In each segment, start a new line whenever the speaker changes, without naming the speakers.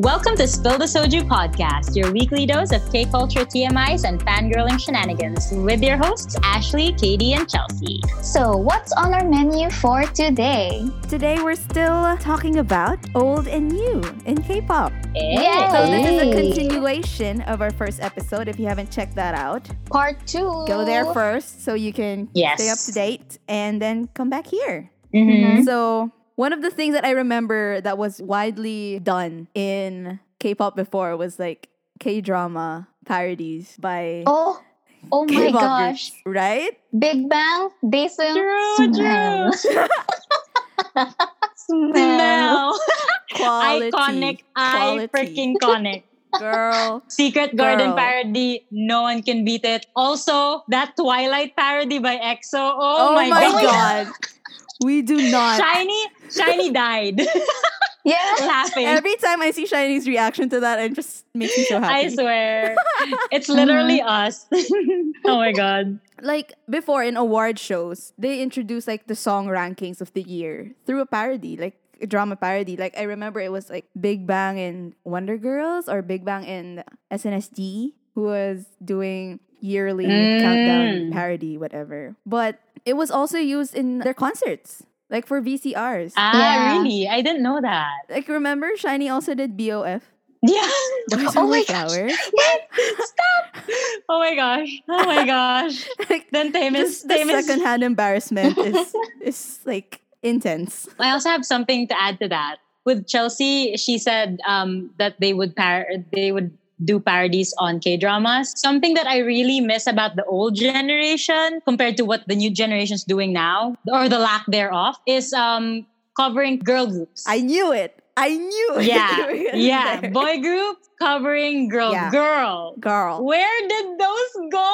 Welcome to Spill the Soju podcast, your weekly dose of K culture TMIs and fangirling shenanigans with your hosts, Ashley, Katie, and Chelsea.
So, what's on our menu for today?
Today we're still talking about old and new in K-pop.
Hey.
So this is a
Hey.
continuation of our first episode. If you haven't checked that out,
Part two.
go there first so you can
Yes.
stay up to date and then come back here.
Mhm.
So one of the things that I remember that was widely done in K-pop before was like K-drama parodies by
Oh, oh my
K-pop
gosh.
groups, right?
Big Bang, Daesun.
True,
Smell.
true.
Smell.
Smell.
Quality,
Iconic. I
Quality.
freaking conic.
girl.
Secret Garden
Girl.
parody. No one can beat it. Also, that Twilight parody by EXO. Oh,
Oh,
my, god.
god. We do not.
Shiny, Shiny died
Yeah.
laughing.
Every time I see Shiny's reaction to that, it just makes me so happy.
I swear. It's literally
Mm-hmm.
us. oh my god.
like before in award shows, they introduce like the song rankings of the year through a parody, like a drama parody. Like I remember it was like Big Bang and Wonder Girls or Big Bang and SNSD who was doing yearly
Mm.
countdown parody, whatever. But it was also used in their concerts, like for VCRs.
Uh,
Ah,
Yeah.
really? I didn't know that.
like remember, Shiny also did BOF.
Yeah.
Boys
Oh
Over
my gosh.
Flowers.
Oh my gosh. Oh my gosh.
Like,
Then Tamis.
Just the
Tamis.
secondhand embarrassment is is like intense.
I also have something to add to that. With Chelsea, she said um, that they would par- they would do parodies on K dramas. Something that I really miss about the old generation compared to what the new generation's doing now, or the lack thereof, is um, covering girl groups.
I knew it. I knew. it. You
yeah,
were gonna be
yeah,
there.
boy group covering girl
Yeah.
girl.
girl.
Where did those go?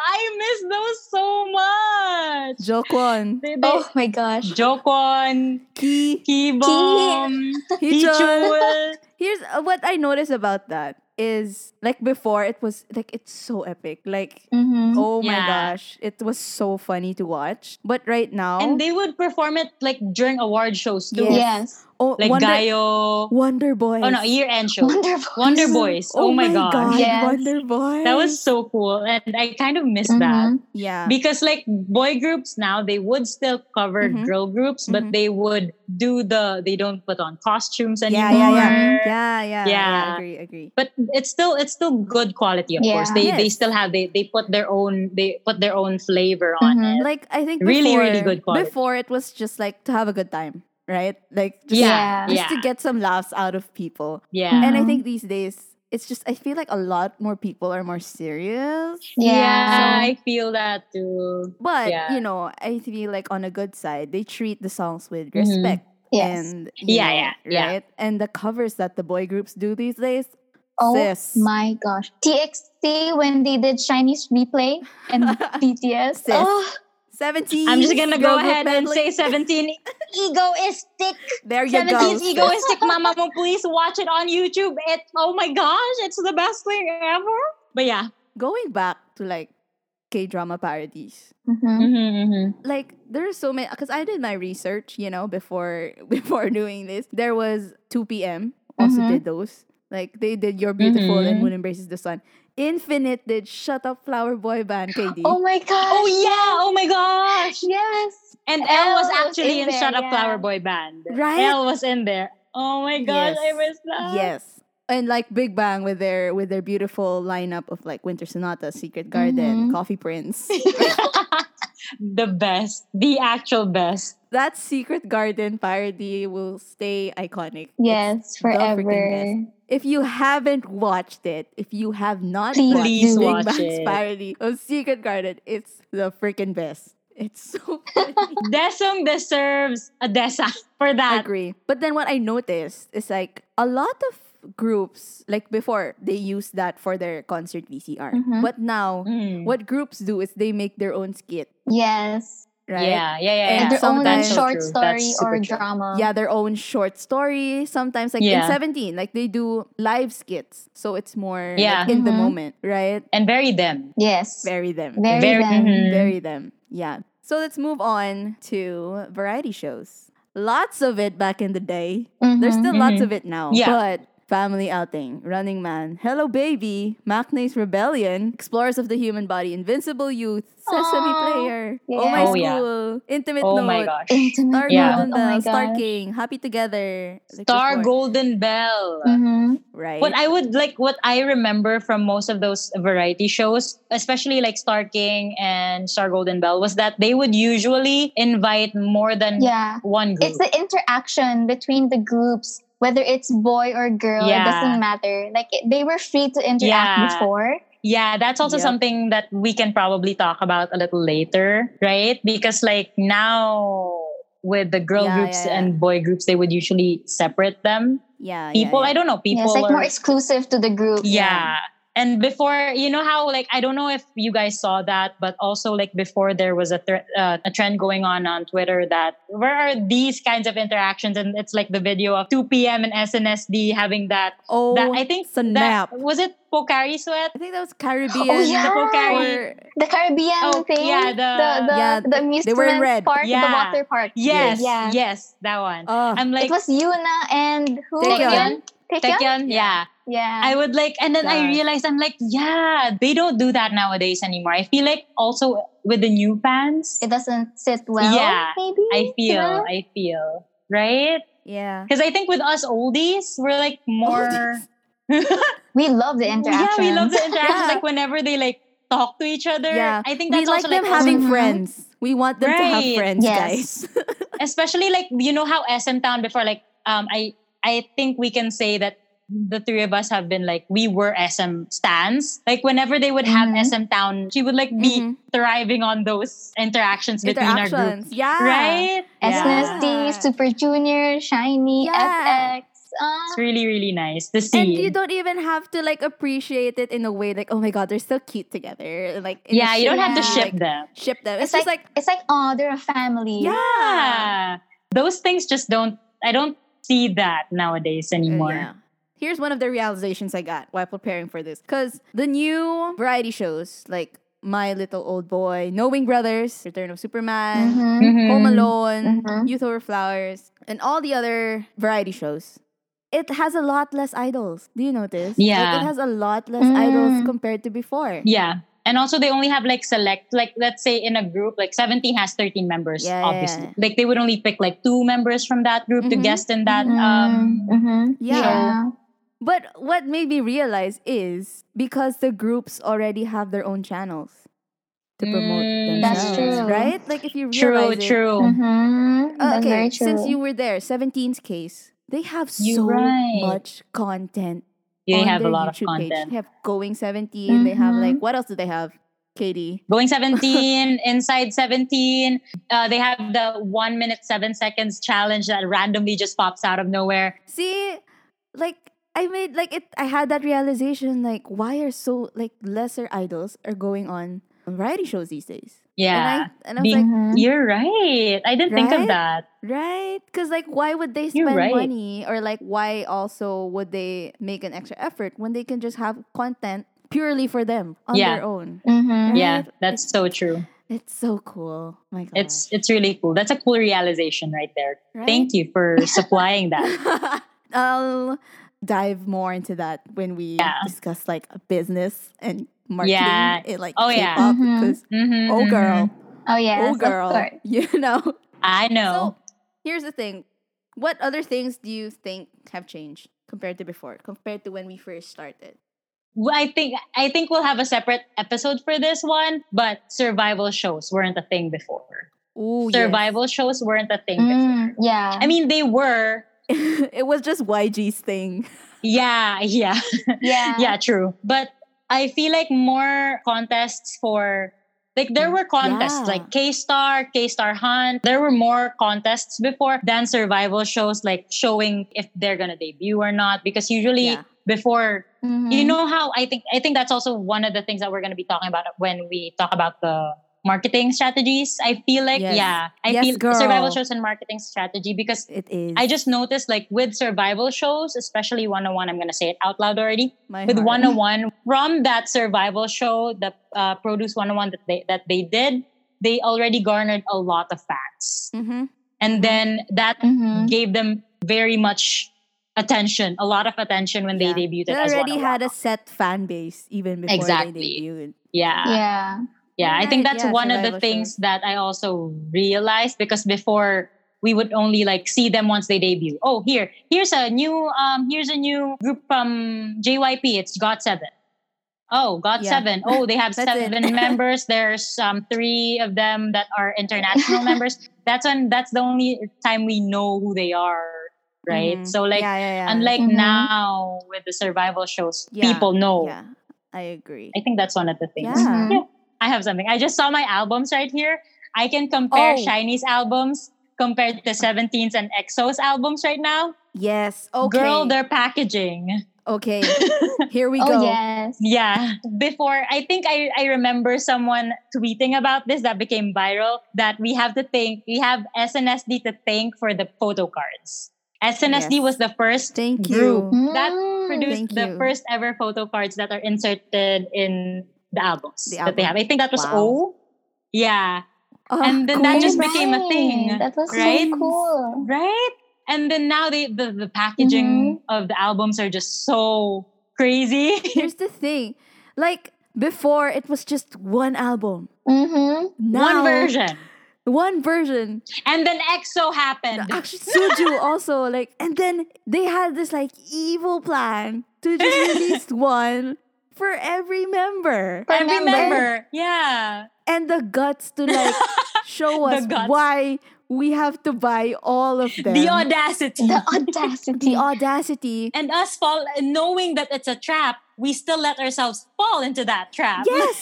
I miss those so much.
Jokwon,
They- they-
Oh my gosh.
Jokon,
Ki,
Kibom,
Hichul.
Hichul.
Here's uh, what I noticed about that is like before it was like it's so epic. Like
Mm-hmm.
oh my
Yeah.
gosh, it was so funny to watch. But right now,
And they would perform it like during award shows too.
Yes.
Yes.
oh,
Like
Wonder,
Gayo.
Wonder Boys.
Oh no, year end show.
Wonderful.
Wonder Boys. Oh, my, gosh.
god,
Yes.
Wonder Boys.
That was so cool. And I kind of miss that.
Mhm.
yeah.
Because like boy groups now, they would still cover
Mhm.
girl groups, but
Mhm.
they would do the they don't put on costumes
yeah,
anymore.
yeah, yeah, yeah, yeah,
Yeah.
Agree, agree.
But it's still it's still good quality, of
Yeah.
course. They they
Yes.
still have they they put their own they put their own flavor on it.
Mhm.
Like I think
Really,
before,
really good quality.
Before it was just like to have a good time, right? Like just,
Yeah,
just
yeah,
to get some laughs out of people.
yeah.
And
Mhm.
I think these days it's just I feel like a lot more people are more serious.
Yeah,
Yeah.
I feel that too.
But
Yeah.
you know, I feel like on a good side, they treat the songs with
Mhm.
respect.
Yes.
And you
Yeah,
know,
yeah, yeah.
right. And the covers that the boy groups do these days,
Oh
sis,
my gosh. TXT when they did Chinese replay and BTS.
Sis.
Oh,
seventeen.
I'm just gonna
girl
go
group
ahead and say
medley.
17 egoistic.
there you go.
17's
sis.
egoistic mama mo please watch it on YouTube. It oh my gosh, it's the best thing ever. But yeah.
Going back to like K drama parodies.
Mm-hmm.
Mhm.
like there's so many because I did my research, you know, before before doing this. There was 2 p.m. also
Mhm.
did those. Like they did You're Beautiful and
Mhm.
Mm-hmm.
Moon Embraces the Sun. Infinite did Shut Up Flower Boy Band KD.
Oh my gosh.
Oh yeah, oh my gosh.
Yes.
And
Elle
Elle was
was
actually in,
in there,
Shut Up
yeah.
Flower Boy Band.
Right?
Elle was in there. Oh my gosh, I
Yes.
miss that.
Yes. And like Big Bang with their with their beautiful lineup of like Winter Sonata, Secret
Mhm.
Garden, Coffee Prince.
the best. The actual best.
that Secret Garden parody will stay iconic. It's-
Yes,
the freaking
forever.
If you haven't watched it, if you have not
Please
watched
Please
Big
watch
Bang's
it.
parody of Oh, Secret Garden, it's the freaking best. It's so funny.
Desung deserves a desa for
I
that.
agree. But then what I noticed is like a lot of groups, like before, they used that for their concert VCR.
Mm-hmm.
Mhm.
But now,
Mm.
what groups do is they make their own skit,
Yes.
right?
Yeah, yeah, yeah.
And
yeah.
And their own
sometimes-
short
That's so true. That's
story
super
or
true.
drama.
Yeah, their own short story. Sometimes, like
Yeah.
in 17, like they do live skits. So it's more like,
Yeah. Mm-hmm.
in the
Mhm.
moment, right?
and bury them.
Yes.
Bury them.
Bury
Very-
them.
mhm.
bury them. Yeah. So let's move on to variety shows. Lots of it back in the day. There's
Mhm.
still lots of it now.
Mm-hmm. Yeah.
But Family Outing, Running Man, Hello Baby, Mackney's Rebellion, Explorers of the Human Body, Invincible Youth, Sesame
Aw.
Player, Oh My
Yeah. Oh, yeah.
School, Intimate
Oh
Note,
my gosh.
Intimate
Star
Yeah.
Golden
Note. Oh my
Bell, Star
gosh.
King, Happy Together. like
Star
before.
Golden Bell.
Mm-hmm.
Right.
What I would like, what I remember from most of those variety shows, especially like Star King and Star Golden Bell, was that they would usually invite more than
Yeah.
one group.
It's the interaction between the groups, whether it's boy or girl,
Yeah.
it doesn't matter. Like it- they were free to interact
Yeah.
before.
yeah, that's also
Yep.
something that we can probably talk about a little later, right? Because like now with the girl
Yeah,
groups
yeah,
and
yeah.
boy groups, they would usually separate them.
yeah. yeah,
People, I
yeah.
don't know, people
Yeah, it's like
are-
more exclusive to the group.
Yeah. And before, you know how like I don't know if you guys saw that, but also like before there was a thr uh, a trend going on on Twitter that where are these kinds of interactions and it's like the video of 2 p.m. and SNSD having that.
Oh,
that I think
snap.
that was it Pokari Sweat?
I think that was
Oh,
Caribbean.
yeah.
or-
The Caribbean
Oh,
thing.
yeah,
the
the-
the,
Yeah,
the amusement
they were in red.
park,
Yeah.
the water park.
Yes.
Yeah.
Yes, that one.
Oh,
I'm like
it was Yuna and who?
Taecyeon.
Taecyeon?
Taekyon, yeah.
Yeah.
I would like, and then I
Yeah.
realized I'm like, yeah, they don't do that nowadays anymore. I feel like also with the new fans,
it doesn't sit well.
Yeah,
Maybe.
I feel,
Yeah.
I feel, right?
yeah.
Because I think with us oldies, we're like
Oh,
more.
Oldies.
We love the
yeah,
interaction.
we love the interactions.
Yeah.
Like whenever they like talk to each other.
Yeah.
I think
we
that's
like
also like
them having
also-
Mhm.
friends. We want them to have
Right.
friends,
Yes.
guys.
especially like you know how SM Town before. Like um, I I think we can say that the three of us have been like we were SM stands. Like whenever they would have
Mm-hmm.
SM
Mhm.
Town, she would like be
Mhm.
thriving on those interactions between our group,
Interactions. Ah. Yeah.
right?
SNSD,
Yeah.
Super Junior, Shiny,
Yeah.
FX. Uh,
It's really really nice to see.
And you don't even have to like appreciate it in a way like, oh my god, they're so cute together. Like in a
yeah, you don't have to
Yeah.
ship
like,
them.
ship them. It's,
It's
just like,
it's like oh they're a family
yeah.
Yeah. Those things just don't I don't see that nowadays
Uh,
anymore.
yeah. Here's one of the realizations I got while preparing for this. Because the new variety shows, like My Little Old Boy, Knowing Brothers, Return of Superman,
Mhm.
Mhm.
Home Alone,
Mm-hmm.
Mhm.
Youth Over Flowers, and all the other variety shows, it has a lot less idols. Do you notice? Like,
Yeah.
it has a lot less idols
Mm.
compared to before.
Yeah. And also they only have like select like let's say in a group like 17 has 13 members
Yeah, yeah,
obviously.
yeah.
Like they would only pick like two members from that group to
Mhm.
guest in that
Mhm.
um
Mm-hmm.
Mhm.
Yeah.
yeah
But what made me realize is because the groups already have their own channels to promote
Mm.
That's true.
themselves, right? Like if you
True,
realize it,
true.
Mhm.
Uh,
That's very
okay, since
true.
you were there, 17's case, they have
You're
so
right.
much content.
They
on
have a
their
lot of
YouTube Page.
content. Mm-hmm.
They have Going 17. They have like, what else do they have? Katie.
Going 17, inside 17. Uh, they have the one minute, seven seconds challenge that randomly just pops out of nowhere.
See, like, I made like it. I had that realization like, why are so like lesser idols are going on variety shows these days?
Yeah.
And I, and I was
Be-
like,
Mhm.
You're right. I didn't think of
Mm-hmm. Right?
that.
Right? Because, like, why would they
You're
spend
right.
money? Or, like, why also would they make an extra effort when they can just have content purely for them on
Yeah.
their own?
Mhm.
Yeah,
Right?
that's so true.
It's so cool. Oh My God.
It's it's really cool. That's a cool realization right there. Thank you for supplying that.
I'll dive more into that when we
Yeah.
discuss, like, business and marketing.
Yeah.
In, like,
Oh,
K-pop,
yeah.
Mhm.
Because,
Mhm,
oh,
mhm.
girl.
oh yes
Oh,
of
girl.
course.
You know?
I know.
So here's the thing. What other things do you think have changed compared to before, compared to when we first started?
Well, I think I think we'll have a separate episode for this one, but survival shows weren't a thing before.
Ooh,
survival shows weren't a thing before.
Mm, yeah
I mean they were.
it was just YG's thing.
Yeah, yeah.
yeah
yeah, true. But I feel like more contests for like there were contests
Yeah.
like K Star, K Star Hunt. There were more contests before than survival shows, like showing if they're gonna debut or not. Because usually
Yeah. Mm-hmm.
before
Mhm.
you know how I think I think that's also one of the things that we're gonna be talking about when we talk about the marketing strategies. I feel like
Yes.
yeah. I
Yes,
feel
girl.
survival shows and marketing strategy because
It is.
I just noticed like with survival shows, especially 101, I'm gonna say it out loud already
my
with
heart.
101 from that survival show the uh, produce 101 that they that they did they already garnered a lot of fans
Mhm.
and then that
Mm-hmm.
Mhm.
gave them very much attention, a lot of attention when
Yeah.
they debuted
They
as oh
already
Wanna
had a
Wanna.
set fan base even before
Exactly.
they debuted.
yeah.
yeah.
Yeah, I think
Right,
that's
yeah,
one of
survival
the
show.
things that I also realized because before we would only like see them once they debut. Oh, here, here's a new um here's a new group from JYP. It's Got Seven. Oh, Got
Yeah.
Seven. Oh, they have
That's it.
seven members. There's um three of them that are international members. That's when that's the only time we know who they are, right?
Mhm.
So like
yeah, yeah, yeah.
unlike
Mhm.
now with the survival shows,
Yeah,
people know.
Yeah, I agree.
I think that's one of the things.
Yeah.
Mhm.
I have something. I just saw my albums right here. I can compare
Oh.
Shiny's albums compared to Seventeen's and EXO's albums right now.
Yes. Okay.
Girl, their packaging.
okay. Here we
Oh
go.
yes.
Yeah. Before, I think I, I remember someone tweeting about this that became viral that we have to thank, we have SNSD to thank for the photo cards. SNSD
Yes.
was the first
Thank
group
you.
That
Mm.
produced
Thank
the
you.
first ever photo cards that are inserted in the albums
The
that they have.
album.
I think that was O.
Wow.
Yeah.
Oh,
And then that
Oh,
just became a
right.
thing,
That was
right?
so cool.
Right? And then now they, the, the packaging
Mm-hmm.
of the albums are just so crazy.
here's the thing. Like before, it was just one album.
Mm-hmm.
Now,
One version.
One version.
And then EXO happened.
Actually, Suju also like, and then they had this like evil plan to just release one for every member,
Per
Every
member.
member. Yeah.
and the guts to like show
The
us
guts.
why we have to buy all of them.
The audacity.
The audacity.
The audacity.
and us fall knowing that it's a trap, we still let ourselves fall into that trap.
Yes.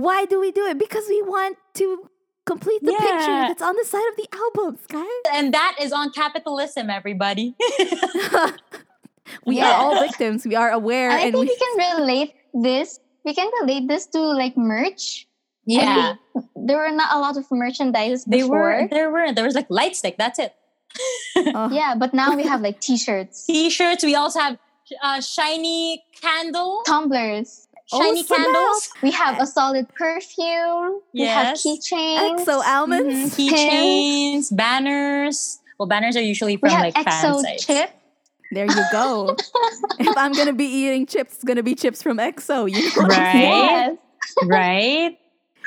Why do we do it? Because we want to complete the picture
Yeah.
that's on the side of the albums, guys.
And that is on capitalism, everybody.
we
Yeah.
are all victims. We are aware,
I
and
think
we
we can relate this. We can relate this to like merch.
yeah.
There were not a lot of merchandise
They were
before.
there were there was like light stick, that's it.
Oh,
Yeah, but now we have like t-shirts,
T-shirts, we also have uh, shiny candle.
tumblers.
shiny
snap.
candles,
We have a solid perfume. We have
Yes.
keychains.
exo
Mm-hmm.
almonds.
Mm-hmm. keychains, banners. Well, banners are usually
We
from
have
like fan
exo
sites.
chip.
There you go. if I'm gonna be eating chips, it's gonna be chips from EXO. You know?
Right?
Yes.
right?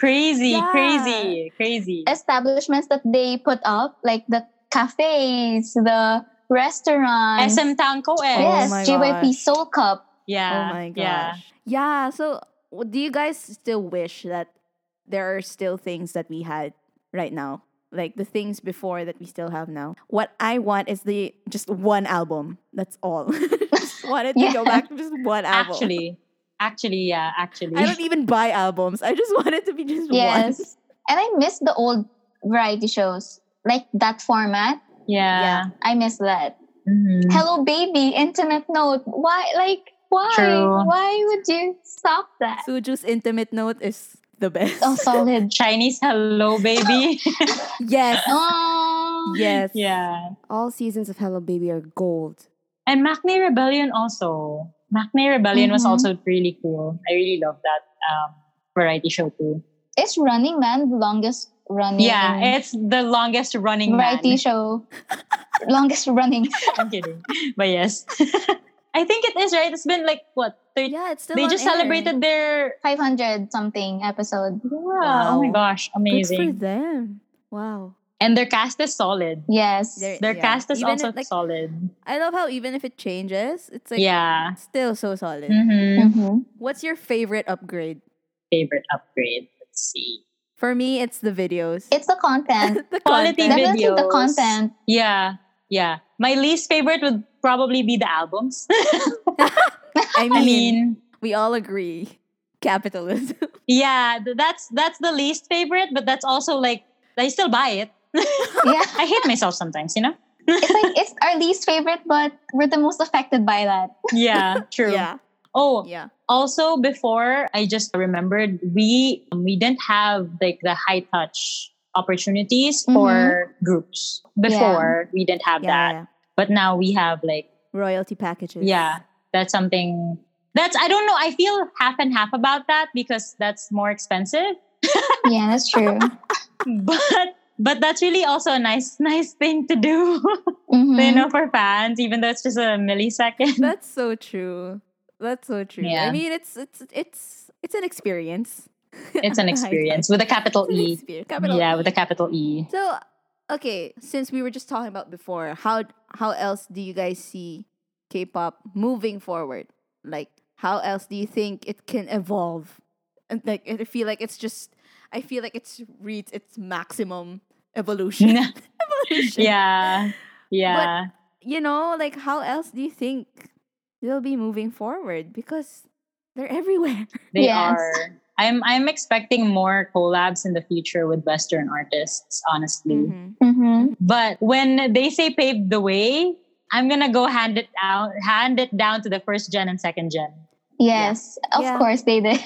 Crazy,
Yeah.
crazy, crazy.
Establishments that they put up, like the cafes, the restaurants.
SM Town co
Oh
yes,
my
JYP
gosh.
Soul Cup.
Yeah.
oh my gosh.
Yeah.
Yeah. so w- do you guys still wish that there are still things that we had right now? Like the things before that we still have now. What I want is the just one album. That's all. just wanted to
Yeah.
go back to just one album.
Actually, actually, yeah, actually.
I don't even buy albums. I just want it to be just one.
Yes. And I miss the old variety shows, like that format.
yeah.
I miss that.
Mhm.
Hello, baby, intimate note. Why, like, why?
True.
Why would you stop that?
Suju's intimate note is the best.
Oh, solid.
Chinese hello baby.
yes.
oh,
Yes.
yeah.
All seasons of Hello Baby are gold.
And Macne Rebellion also. Macne Rebellion was
Mhm.
Mm-hmm.
also really cool. I really love that um, variety show too.
Is Running Man the longest running?
Yeah, it's the longest running
variety
man.
show. longest running.
I'm kidding. But yes. I think it is, right? It's been like what? 30,
Yeah, it's still
they
on
just
air.
celebrated their
500 something episode.
wow. Oh my
Wow.
gosh,
Good for
amazing.
them. Wow.
And their cast is solid.
Yes.
There-
Their
Yeah.
cast is
Even
also
if, like,
solid.
I love how even if it changes, it's like Mm.
yeah.
still so solid.
hmm
Mhm.
What's your favorite upgrade?
Favorite upgrade. Let's see.
For me, it's the videos.
It's the content.
the
Quality
content.
Definitely the
Videos.
content.
Yeah. Yeah. My least favorite would probably be the albums.
I mean,
I mean,
we all agree. Capitalism.
Yeah, th- that's that's the least favorite, but that's also like I still buy it.
Yeah.
I hate myself sometimes, you know.
it's like it's our least favorite, but we're the most affected by that.
Yeah, true.
Yeah.
Oh,
Yeah.
also before I just remembered we we didn't have like the high touch opportunities for groups before. We didn't have
Mm-hmm.
that,
Yeah, yeah.
but now we have like
Royalty packages.
yeah, that's something. That's I don't know. I feel half and half about that because that's more expensive.
Hmm.
Yeah, that's true.
but but that's really also a nice nice thing to do
Mhm.
you know
Mm-hmm.
for fans even though it's just a millisecond
That's so true. That's so true. I
Yeah.
mean, it's it's it's it's an experience.
it's an
High
experience
five.
with a capital
It's an
e
experience. Capital
yeah
E.
with a capital e
So, okay, since we were just talking about before, how how else do you guys see K-pop moving forward? Like, how else do you think it can evolve? And like, I feel like it's just, I feel like it's reached its maximum evolution. evolution.
yeah yeah
You know, like, how else do you think they'll be moving forward? Because they're everywhere.
they
Yes.
are i'm i'm expecting more collabs in the future with western artists honestly
Mhm.
Mhm.
But when they say pave the way, I'm gonna go hand it out, hand it down to the first gen and second gen.
Yes, of
Yeah.
course they did.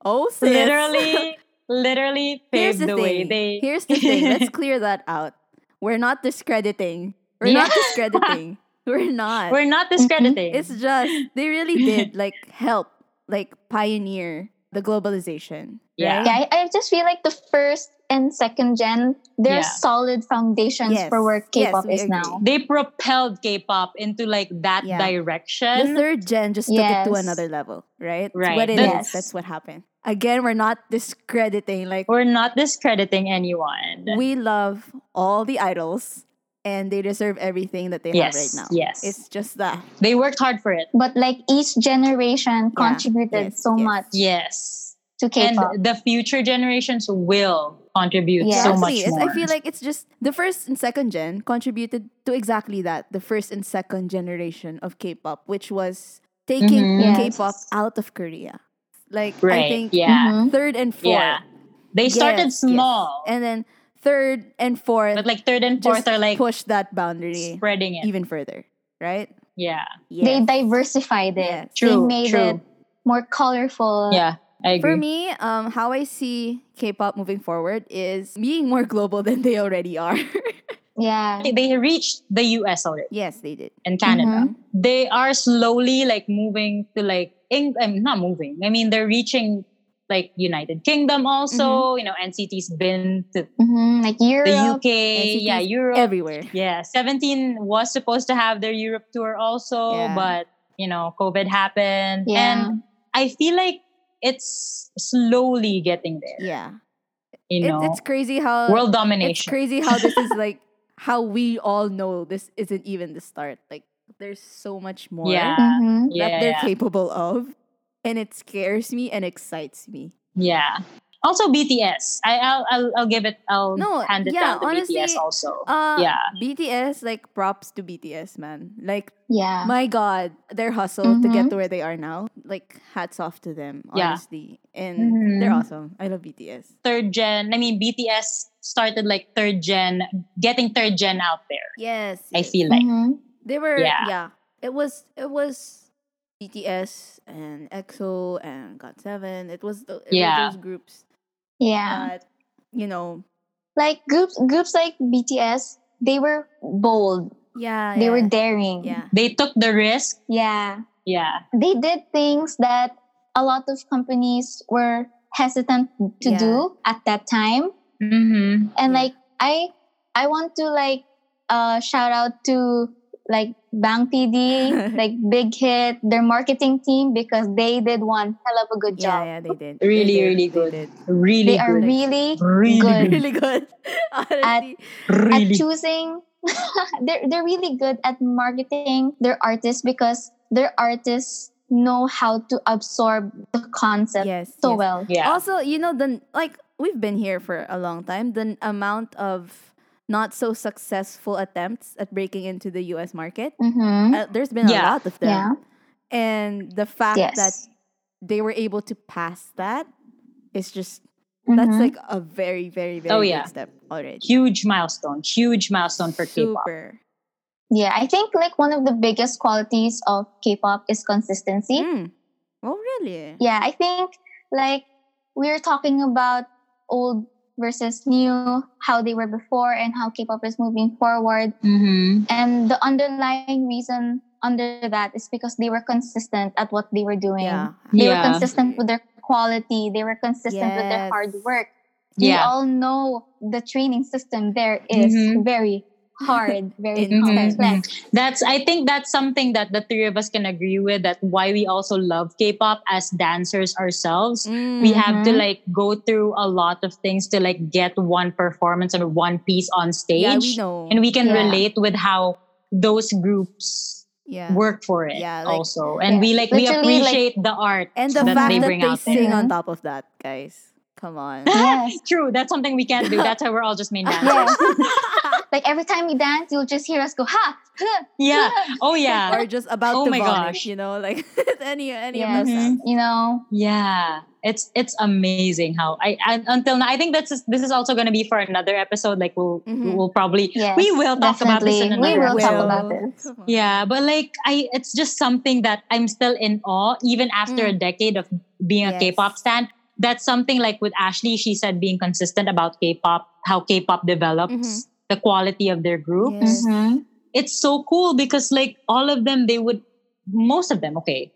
Oh, sis.
Literally, literally
Here's
pave
the,
the,
thing.
way. They
Here's the thing. Let's clear that out. We're not discrediting. We're not discrediting. We're not.
we're not discrediting.
Mm-hmm. it's just they really did like help, like pioneer the globalization.
Yeah.
Right?
yeah, I, I just feel like the first and second gen, they're
Yeah.
solid foundations
Yes.
for where
Yes,
K-pop
we
is
agree.
now.
they propelled K-pop into like that
Yeah. The
direction.
third gen just took it to
Yes.
another level, right? It's
Right.
what it is.
That's-
That's what happened. Again, we're not discrediting. Like
we're not discrediting anyone.
we love all the idols, and they deserve everything that they
yes,
have right now.
yes.
It's just that.
they worked hard for it.
But like each generation contributed
yes,
so
yes.
much
Yes.
to
And
K-pop.
the future generations will contribute
Yes.
so much
Exactly. It's-
more.
I feel like it's just the first and second gen contributed to exactly that. The first and second generation of K-pop, which was taking
Mhm.
Yes.
K-pop out of Korea. Like I
right.
think
yeah.
Mhm.
third and fourth.
Yeah. They started
Yes, yes.
small,
And then third and fourth
but like third and
just
fourth are like
push that boundary
spreading it.
even further, right?
yeah,
Yeah.
They diversified it.
Yes.
true.
they made
true.
it uh, more colorful.
Yeah, I agree.
For me, um, how I see K-pop moving forward is being more global than they already are.
Yeah.
they reached the U.S. already
yes, they did.
and Canada.
Mhm.
They are slowly like moving to like Eng- I'm not moving. I mean, they're reaching like United Kingdom
Mm-hmm.
also. You know, NCT's been to
Mhm. Like
the
Europe.
UK.
NCT 's
yeah, Europe.
Everywhere.
yeah, Seventeen was supposed to have their Europe tour also,
Yeah.
but you know, COVID happened,
Yeah.
and I feel like it's slowly getting there.
Yeah.
You
It-
know,
it's crazy how
world
it's
domination.
crazy how this is like how we all know this isn't even the start. Like there's so much more
Yeah,
Mhm.
that
yeah,
they're
yeah,
capable of. And it scares me and excites me.
yeah. Also BTS. I, I'll, I'll I'll give it. I'll
No,
hand it
yeah,
down to
honestly,
BTS also.
Uh
Yeah.
BTS, like props to BTS, man. Like
Yeah.
my god, their hustle to get
Mhm.
to where they are now. Like hats off to them,
Mm-hmm. Yeah.
honestly. And they're
Mhm.
awesome. I love BTS.
Third gen. I mean BTS started like third gen, getting third gen out there.
Yes.
I
yes.
feel like
Mhm.
They were yeah.
Yeah.
It was it was BTS and EXO and God Seven. It was the it was
Yeah.
those groups
Yeah.
that you know
like groups groups like BTS, they were bold.
yeah
They
Ah, yeah,
were daring.
yeah
they took the risk.
Yeah.
Yeah,
They did things that a lot of companies were hesitant to
Yeah.
do at that time.
mm-hmm.
And
Yeah.
like I I want to like uh shout out to like Bang PD, like Big Hit, their marketing team because they did one hell of a good
yeah
job.
yeah they did
Really,
They did.
really
They
good.
did.
really
They are
good.
really
really
good.
really good honestly
at
really
choosing they're they're really good at marketing their artists because their artists know how to absorb the concept
yes
so
yes.
well.
yeah.
also you know the like we've been here for a long time the amount of not so successful attempts at breaking into the U.S. market
Mm-hmm.
uh, there's been
Yeah.
a lot of them
Yeah.
and the fact
Yes.
that they were able to pass that is just
Mhm.
that's like a very very very
Mm-hmm. Oh,
big
yeah.
step already
huge milestone. Huge milestone for K-pop.
super
yeah. I think like one of the biggest qualities of K-pop is consistency.
Mm. oh really
Yeah, I think like we're talking about old versus new, how they were before and how K-pop is moving forward.
Mm-hmm.
And the underlying reason under that is because they were consistent at what they were doing.
yeah
They were
Yeah.
consistent with their quality. They were consistent with their hard
Yes.
work. we
Yeah.
all know the training system there is
Mm-hmm.
Mhm.
very hard, very
Intense.
complex.
That's I think that's something that the three of us can agree with that why we also love K-pop as dancers ourselves.
Mm.
We have to
Mm-hmm.
Mhm.
like go through a lot of things to like get one performance and one piece on stage.
Yeah, we know.
And we can
Yeah.
relate with how those groups
yeah.
work for it
Yeah, like-
also. And
Yeah.
we like we
Literally, like-
appreciate the art
And the
that
fact
they
that
bring
they
out
sing
there.
on top of that, guys. Come on.
Yes.
True, that's something we can't do. That's why we're all just main dancers.
Yes. like every time we dance, you'll just hear us go, ha, huh,
yeah. Oh yeah.
or just about
Oh
to
my gosh.
vomit,
Mm-hmm.
you know, like any any
Yes.
of those sounds.
you know.
Yeah, it's it's amazing how I, I until now. I think that's just- this is also going to be for another episode. Like we'll
Mhm.
we'll probably
Mm-hmm. Yes,
we will talk about this in
definitely. We
another.
will talk
episode.
about this.
Come on.
Yeah, but like I, it's just something that I'm still in awe even after
Mm.
a decade of being a
Yes.
K-pop stan. That's something like with Ashley. She said being consistent about K-pop, how K-pop develops.
Mhm.
Mm-hmm.
The quality of their group.
Yes.
Mhm.
It's so cool because like all of them, they would, most of them, okay,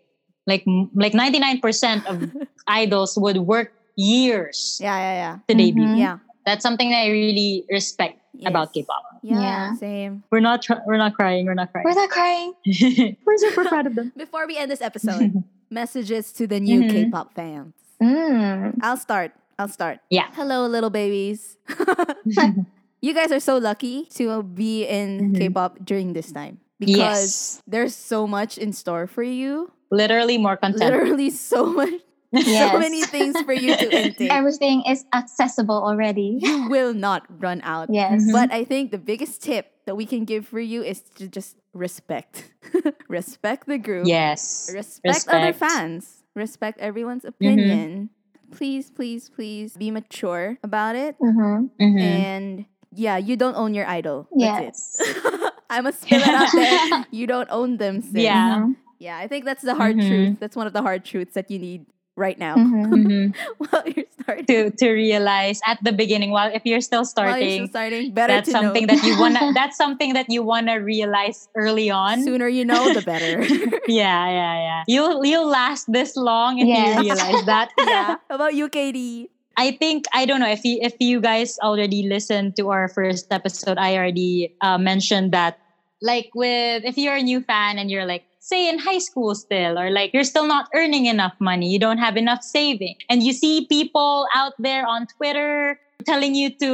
like like ninety nine percent of idols would work years
Yeah, yeah,
to debut.
yeah.
Mhm.
Yeah.
That's something I really respect hmm
Yes.
about K-pop.
Yeah,
Yeah.
Same.
We're not tr- we're not crying. We're not
We're
crying.
not crying.
we're super proud of them.
Before we end this episode, messages to the new
Mhm.
K-pop fans.
Mm.
I'll start. I'll start.
Yeah.
Hello, little babies. you guys are so lucky to be in
Mhm.
K-pop during this time because
yes,
there's so much in store for you.
literally more content.
Literally, so much, so
Yes.
many things for you to intake.
Everything is accessible already.
you will not run out.
Yes.
Mhm.
But I think the biggest tip that we can give for you is to just respect. respect the group.
Yes,
Respect, other
Respect. Mm-hmm.
fans. Respect everyone's opinion. Please, please, please be mature about it.
Mhm.
Mhm.
And yeah, you don't own your idol.
Mm-hmm. Yes.
That's it. I must spill it out there. You don't own them. Sis.
Yeah.
Mhm.
Yeah, I think that's the hard
Mhm.
truth. That's one of the hard truths that you need right now
Mhm.
Mhm.
while you're starting.
to to realize at the beginning, while if you're still
While
starting,
you're still starting, better
that's
to know.
something that you wanna. That's something that you wanna realize early on.
sooner you know, the better.
Yeah, yeah, yeah. You'll you'll last this long if
Yes.
you realize that.
yeah. How about you, Katie?
I think I don't know if you, if you guys already listened to our first episode. I already uh, mentioned that, like with if you're a new fan and you're like say in high school still or like you're still not earning enough money, you don't have enough saving, and you see people out there on Twitter telling you to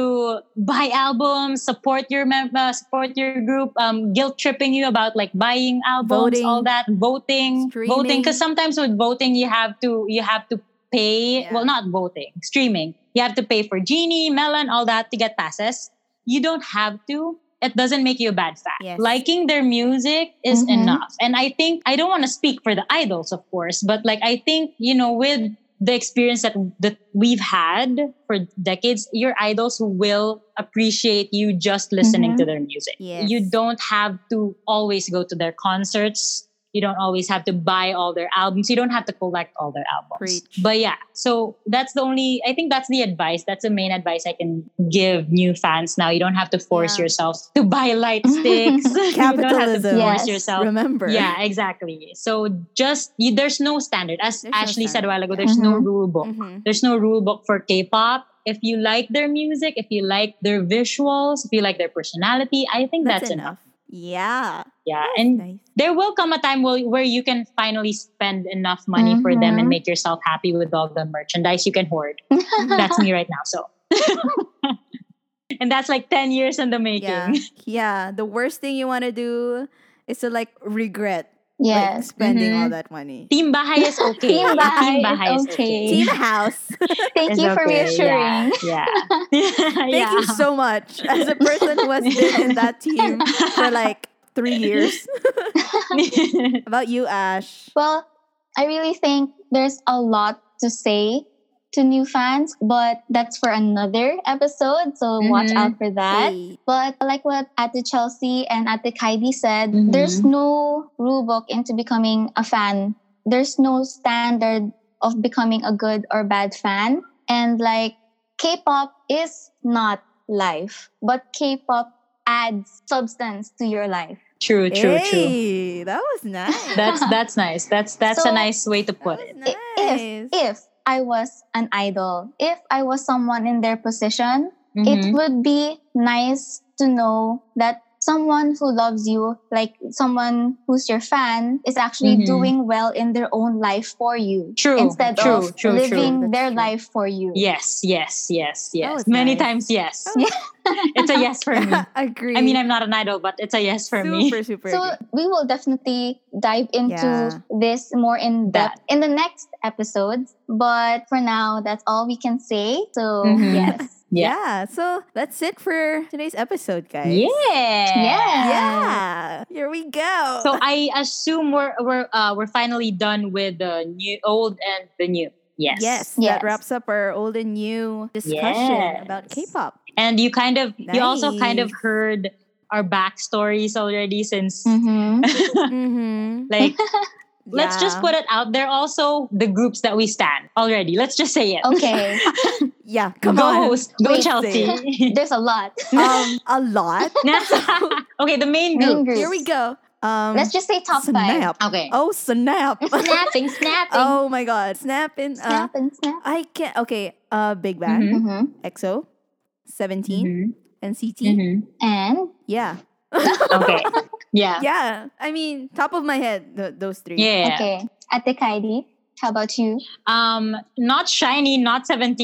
buy albums, support your mem- uh, support your group, um, guilt tripping you about like buying albums,
Voting.
all that voting, voting.
Streaming.
Because sometimes with voting, you have to you have to pay
Yeah.
well not voting streaming you have to pay for genie melon all that to get passes you don't have to it doesn't make you a bad fan
Yes. Mm-hmm.
liking their music is
Mhm.
enough and i think i don't want to speak for the idols of course but like i think you know with the experience that that we've had for decades your idols will appreciate you just listening
Mhm.
to their music
Mm-hmm. Yes.
you don't have to always go to their concerts you don't always have to buy all their albums you don't have to collect all their albums
Preach.
but yeah so that's the only i think that's the advice that's the main advice i can give new fans now you don't have to force
Yeah.
yourself to buy light sticks you don't have to
Capitalism.
force
Yes.
yourself
Remember.
yeah exactly so just you, there's no standard as
There's no
ashley said a
standard,
while ago
yeah.
there's no
Mhm.
rule book
hmm
there's no rule book for K-pop. If you like their music, if you like their visuals, if you like their personality, I think that's, enough.
Yeah.
Yeah, and
Nice.
there will come a time where, where you can finally spend enough money for them and
Mhm.
make yourself happy with all the merchandise you can hoard.
Mm-hmm.
That's me right now. So, and that's like ten years in the making.
Yeah. yeah. The worst thing you want to do is to like regret like,
yes.
spending all
Mhm.
that money.
Team Bahay is okay.
Team Bahay is
is
okay.
Team house.
Thank
It's
you for
okay,
reassuring.
Yeah. yeah.
Thank you so much. As a person who has been in that team for like three years.
much.
About you, Ash.
Well, I really think there's a lot to say to new fans, but that's for another episode. So watch
Mhm.
out for that.
Hey.
But like what Ate Chelsea and Ate Kaidi said,
Mhm.
there's no rule book into becoming a fan. There's no standard of becoming a good or bad fan. And like K-pop is not life, but K-pop adds substance to your life.
True. True. True.
Hey, That was nice.
That's that's nice. That's that's
So-
a nice way to
That
put
was
it.
nice.
If if I was an idol, if I was someone in their position, it
Mhm.
would be nice to know that someone who loves you, like someone who's your fan, is actually
Mhm.
doing well in their own life for you.
True,
Instead
true,
of
true, true.
living
That's
their
true.
life for you.
Yes, yes, yes, yes.
it's
Many times,
nice.
yes.
Oh.
it's a yes for me.
agree.
I mean, I'm not an idol, but it's a yes for
super,
me.
Super, super.
So we will definitely dive into
Yeah.
this more in
That.
depth in the next episodes. But for now, that's all we can say. So
Mhm.
yes.
Yeah.
yeah. So that's it for today's episode, guys.
Yeah.
Yeah. Here we go.
So I assume we're we're uh, we're finally done with the new old and the new. Yes.
Yes,
Yes.
that wraps up our old and new discussion about
Yes.
K-pop.
And you kind of you also kind of
Nice.
heard our backstories already since
Mhm.
Mm-hmm.
like let's just put it out there also the groups that we stand already. Let's just say it.
Okay.
Yeah, come
go
on.
host, go
Wait,
Chelsea.
There's a lot.
um, a lot.
okay, the main
Main
group.
group.
Here we go. Um,
Let's just say top five.
snap.
Okay.
Oh snap!
Snapping, snapping.
oh my god, snapping. Uh,
Snap and snap.
I can't. Okay. Uh, Big Bang,
hmm
EXO,
Mhm,
17
Mm-hmm.
and NCT.
mhm.
And
Yeah.
Okay. Yeah.
Yeah. I mean, top of my head, th- those three.
Yeah.
okay, Ate Kaidi, how about you?
Um, not shiny, not 17.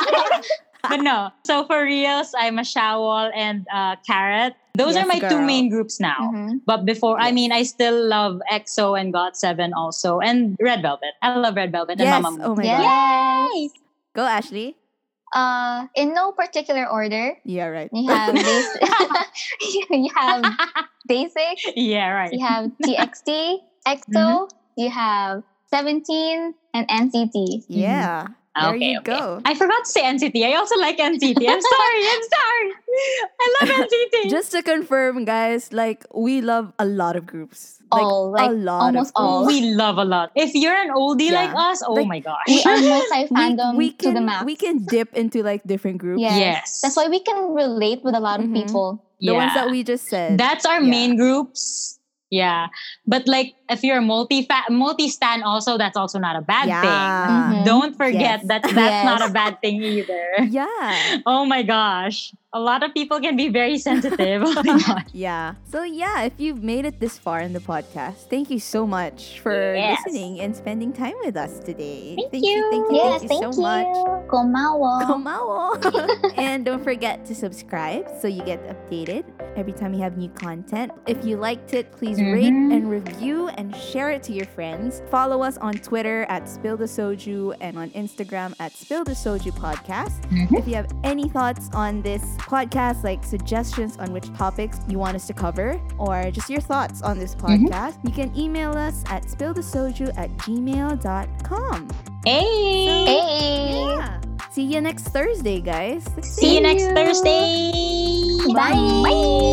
but no. So for reals, I'm a Shawol and uh, Carrot. Those
Yes,
are my two
girl. Mm-hmm.
main groups now.
Oh
Mhm.
But before, I
Yes.
mean, I still love EXO and GOT7 also. And Red Velvet. I love Red Velvet
yes.
and Mamamoo.
Oh my god.
Yes.
Go Ashley.
Uh, in no particular order,
Yeah. Right.
you have basic, you have basic,
yeah, right.
you have TXT, EXO,
Mm-hmm.
you have Seventeen, and NCT.
Yeah. There
Okay,
you
okay.
go.
I forgot to say NCT. I also like NCT. I'm sorry. I'm sorry. I love NCT.
Just to confirm, guys, like we love a lot of groups. Like,
all
oh, a
Oh, like
lot
almost
of
all.
we love a lot. If you're an oldie
Yeah.
like us, oh
Like,
my gosh.
We are multi fandom
we
to
can
the max.
we can dip into like different groups.
Yes.
yes.
That's why we can relate with a lot of
Mhm.
people.
The ones that we just said.
That's our
Yeah.
main groups. Yeah. But like if you're multi multi stan also that's also not a bad thing.
yeah. Mm-hmm.
Mhm.
Don't forget
Yes.
that that's
Yes.
not a bad thing either.
Yeah.
Oh my gosh. A lot of people can be very sensitive. Oh my gosh.
Yeah. So yeah, if you've made it this far in the podcast, thank you so much for
Yes.
listening and spending time with us today.
Thank you.
Thank you.
Yes,
thank
thank
you so
you.
much.
Komawa.
Komao. and don't forget to subscribe so you get updated every time we have new content. If you liked it, please rate
Mhm.
and review and share it to your friends. Follow us on Twitter at Spill the Soju and on Instagram at Spill the Soju Podcast.
Mhm.
If you have any thoughts on this podcast, like suggestions on which topics you want us to cover, or just your thoughts on this
Mhm.
podcast, you can email us at spillthesoju at gmail.com.
Hey.
Hey.
Yeah. See you next Thursday, guys.
See you next Thursday.
Bye.
Bye.
Bye.